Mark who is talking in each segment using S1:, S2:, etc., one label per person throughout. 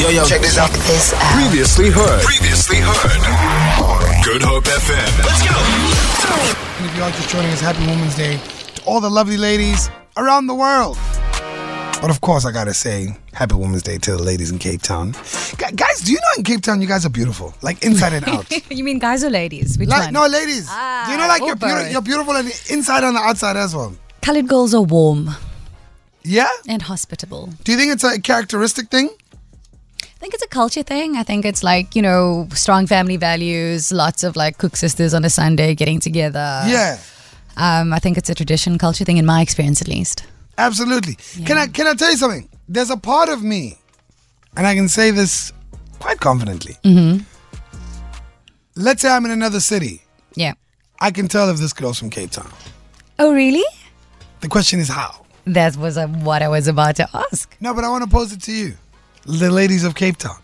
S1: Yo, yo, check this out.
S2: This out.
S3: Previously heard.
S1: Previously heard. Good Hope FM. Let's go.
S4: And if you are just joining us, happy Women's Day to all the lovely ladies around the world. But of course, I gotta say, happy Women's Day to the ladies in Cape Town. Gu- guys, do you know in Cape Town you guys are beautiful, like inside and out.
S5: you mean guys or ladies? Which
S4: like
S5: one?
S4: no, ladies, do you know like you're,
S5: Ah,
S4: beauti-
S5: Uber.
S4: you're beautiful and inside and outside as well.
S5: Colored girls are warm
S4: Yeah.
S5: and hospitable.
S4: Do you think it's a characteristic thing?
S5: I think it's a culture thing. I think it's like, you know, strong family values, lots of like cook sisters on a Sunday getting together.
S4: yeah,
S5: Um, I think it's a tradition culture thing in my experience at least.
S4: absolutely. Can I can I tell you something? There's a part of me, and I can say this quite confidently. Mm-hmm. Let's say I'm in another city.
S5: Yeah.
S4: I can tell if this girl's from Cape Town.
S5: Oh really?
S4: The question is how.
S5: That was uh, what I was about to ask.
S4: No, but I want to pose it to you, the ladies of Cape Town.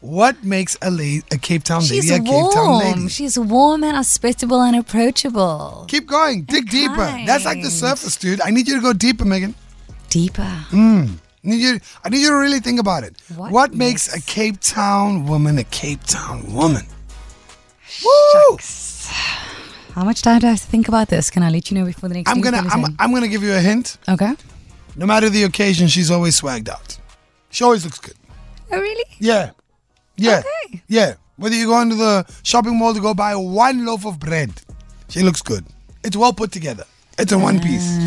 S4: What makes a la- a Cape Town
S5: She's
S4: lady a Cape Town
S5: warm.
S4: lady?
S5: She's warm and hospitable and approachable.
S4: Keep going, dig deeper. That's like the
S5: kind.
S4: surface, dude. I need you to go deeper, Megan.
S5: Deeper.
S4: Mm. I need you. I need you to really think about it.
S5: What
S4: makes a
S5: makes-
S4: Cape Town woman a Cape Town woman? Woo!
S5: How much time do I have to think about this? Can I let you know before the next
S4: I'm
S5: thing you
S4: gonna.
S5: can
S4: I'm,
S5: say?
S4: I'm gonna give you a hint.
S5: Okay.
S4: No matter the occasion, she's always swagged out. She always looks good.
S5: Oh really?
S4: Yeah. Yeah.
S5: Okay.
S4: Yeah. Whether you go into the shopping mall to go buy one loaf of bread, she looks good. It's well put together. It's in one piece.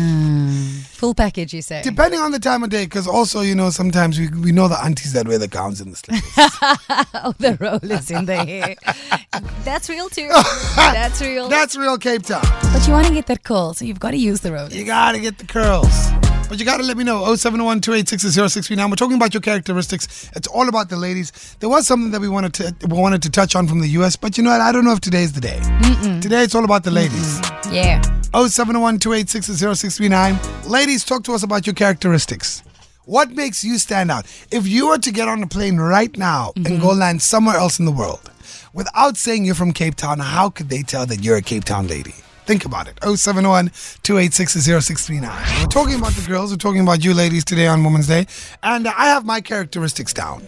S5: Full package, you say?
S4: Depending on the time of day, because also, you know, sometimes we, we know the aunties that wear the gowns and the slippers.
S5: oh, the rollers in the hair. That's real too. That's real.
S4: That's real Cape Town.
S5: but you want to get that call, so you've got to use the
S4: You
S5: rollers.
S4: gotta get the curls. But you gotta let me know. Oh, 071 We're talking about your characteristics. It's all about the ladies. There was something that we wanted to we wanted to touch on from the US, but you know what? I don't know if today's the day. Today it's all about the ladies.
S5: Yeah.
S4: 701 Ladies, talk to us about your characteristics. What makes you stand out? If you were to get on a plane right now and
S5: Mm-hmm.
S4: go land somewhere else in the world without saying you're from Cape Town, how could they tell that you're a Cape Town lady? Think about it. 071 We're talking about the girls. We're talking about you ladies today on Women's Day. And I have my characteristics down.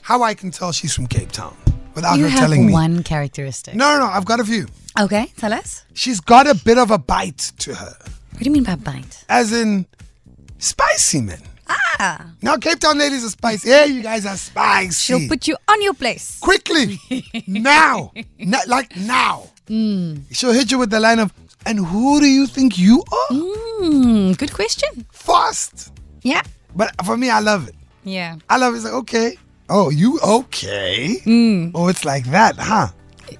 S4: How I can tell she's from Cape Town without
S5: you
S4: her
S5: have
S4: telling me.
S5: one characteristic.
S4: No, no, no. I've got a few.
S5: Okay, tell us.
S4: She's got a bit of a bite to her.
S5: What do you mean by bite?
S4: as in spicy man. Ah. Now Cape Town ladies are spicy. Hey, you guys are spicy.
S5: She'll put you on your place.
S4: Quickly, now, Na- like now.
S5: Mm.
S4: She'll hit you with the line of, "And who do you think you are?"
S5: Mm, good question.
S4: Fast.
S5: Yeah.
S4: But for me, I love it.
S5: Yeah.
S4: I love it. It's like, okay, oh, you okay?
S5: Mm.
S4: Oh, it's like that, huh?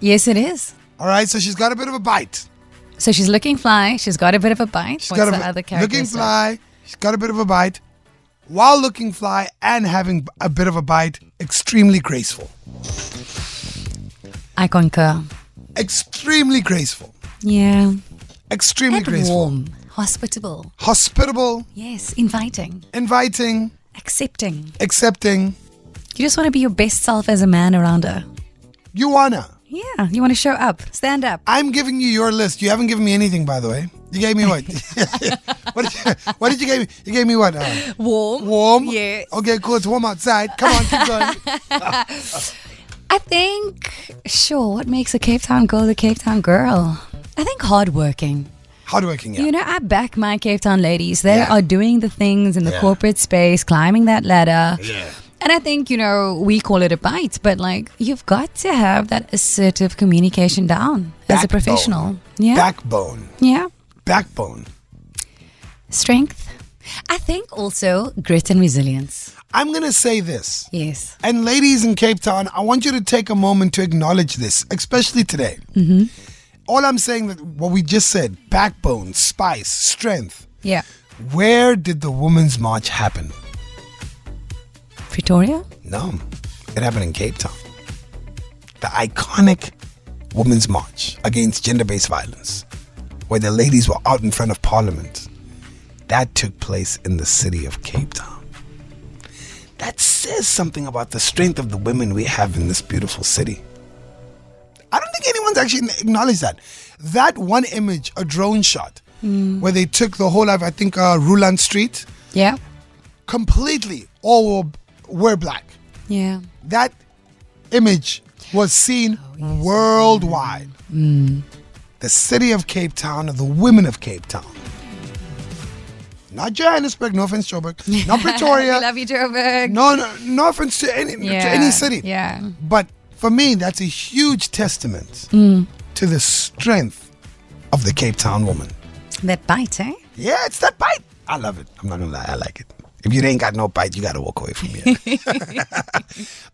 S5: Yes, it is.
S4: All right. So she's got a bit of a bite.
S5: So she's looking fly. She's got a bit of a bite.
S4: She's
S5: What's
S4: got a
S5: the
S4: bit-
S5: other characteristic?
S4: looking fly. She's got a bit of a bite. While looking fly and having a bit of a bite, extremely graceful.
S5: I concur.
S4: extremely graceful,
S5: Yeah.
S4: extremely
S5: And
S4: graceful,
S5: warm, hospitable.
S4: hospitable,
S5: Yes, inviting,
S4: inviting,
S5: accepting.
S4: accepting.
S5: You just want to be your best self as a man around her.
S4: You wanna?
S5: Yeah, Oh, you want to show up, stand up.
S4: I'm giving you your list. You haven't given me anything, by the way. You gave me what? what, did you, what did you give me? You gave me what? Uh,
S5: Warm.
S4: warm. Oh.
S5: Yes.
S4: Okay, cool. It's warm outside. Come on, keep going.
S5: I think, sure, what makes a Cape Town girl the Cape Town girl? I think hardworking.
S4: Hardworking. Yeah.
S5: You know, I back my Cape Town ladies. They
S4: Yeah.
S5: are doing the things in the corporate space, climbing that ladder.
S1: Yeah.
S5: And I think, you know, we call it a bite, but like, you've got to have that assertive communication down as a
S4: Backbone.
S5: professional. Yeah.
S4: Backbone.
S5: yeah.
S4: Backbone.
S5: Strength. I think also grit and resilience.
S4: I'm gonna say this.
S5: Yes.
S4: And ladies in Cape Town, I want you to take a moment to acknowledge this, especially today. Mm-hmm. All I'm saying that what we just said backbone, spice, strength.
S5: Yeah.
S4: Where did the Women's March happen?
S5: Pretoria?
S4: No, it happened in Cape Town. The iconic Women's March against gender based violence, where the ladies were out in front of Parliament. That took place in the city of Cape Town. That says something about the strength of the women we have in this beautiful city. I don't think anyone's actually acknowledged that. That one image, a drone shot, where they took the whole of, I think, uh, Ruland Street,
S5: Yeah.
S4: completely all were were black.
S5: Yeah.
S4: That image was seen worldwide.
S6: The city of Cape Town and the women of Cape Town.
S4: Not Johannesburg, no offense, Joburg, not Pretoria,
S5: we love you, Joburg.
S4: no, no, no offense to any Oh, to
S5: Yeah.
S4: any city.
S5: Yeah.
S4: But for me, that's a huge testament
S5: Mm.
S4: to the strength.
S6: Of the Cape Town woman.
S5: That bite, eh?
S4: Yeah, it's that bite.
S6: I love it. I'm not gonna lie, I like it. If you ain't got no bite, you gotta walk away from here.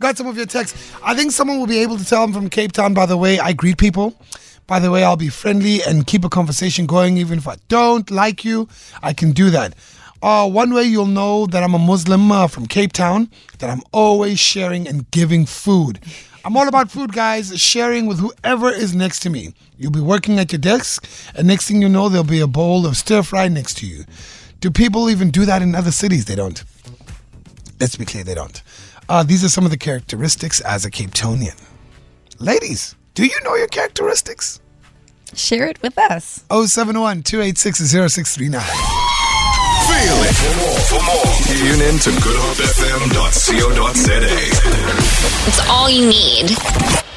S4: Got some of your texts. I think someone will be able to tell I'm from Cape Town by the way I greet people. By the way, I'll be friendly and keep a conversation going even if I don't like you. I can do that. Uh, one way you'll know that I'm a Muslim uh, from Cape Town, that I'm always sharing and giving food. I'm all about food, guys, sharing with whoever is next to me. You'll be working at your desk, and next thing you know, there'll be a bowl of stir fry next to you. Do people even do that in other cities? They don't.
S6: Let's be clear, they don't.
S4: Uh, these are some of the characteristics as a Cape Townian.
S6: Ladies, do you know your characteristics? Oh
S5: Share it with us.
S4: 071 286 0639.
S1: Feel it. For more, for more, tune in to goodhopefm.co.za.
S3: It's all you need.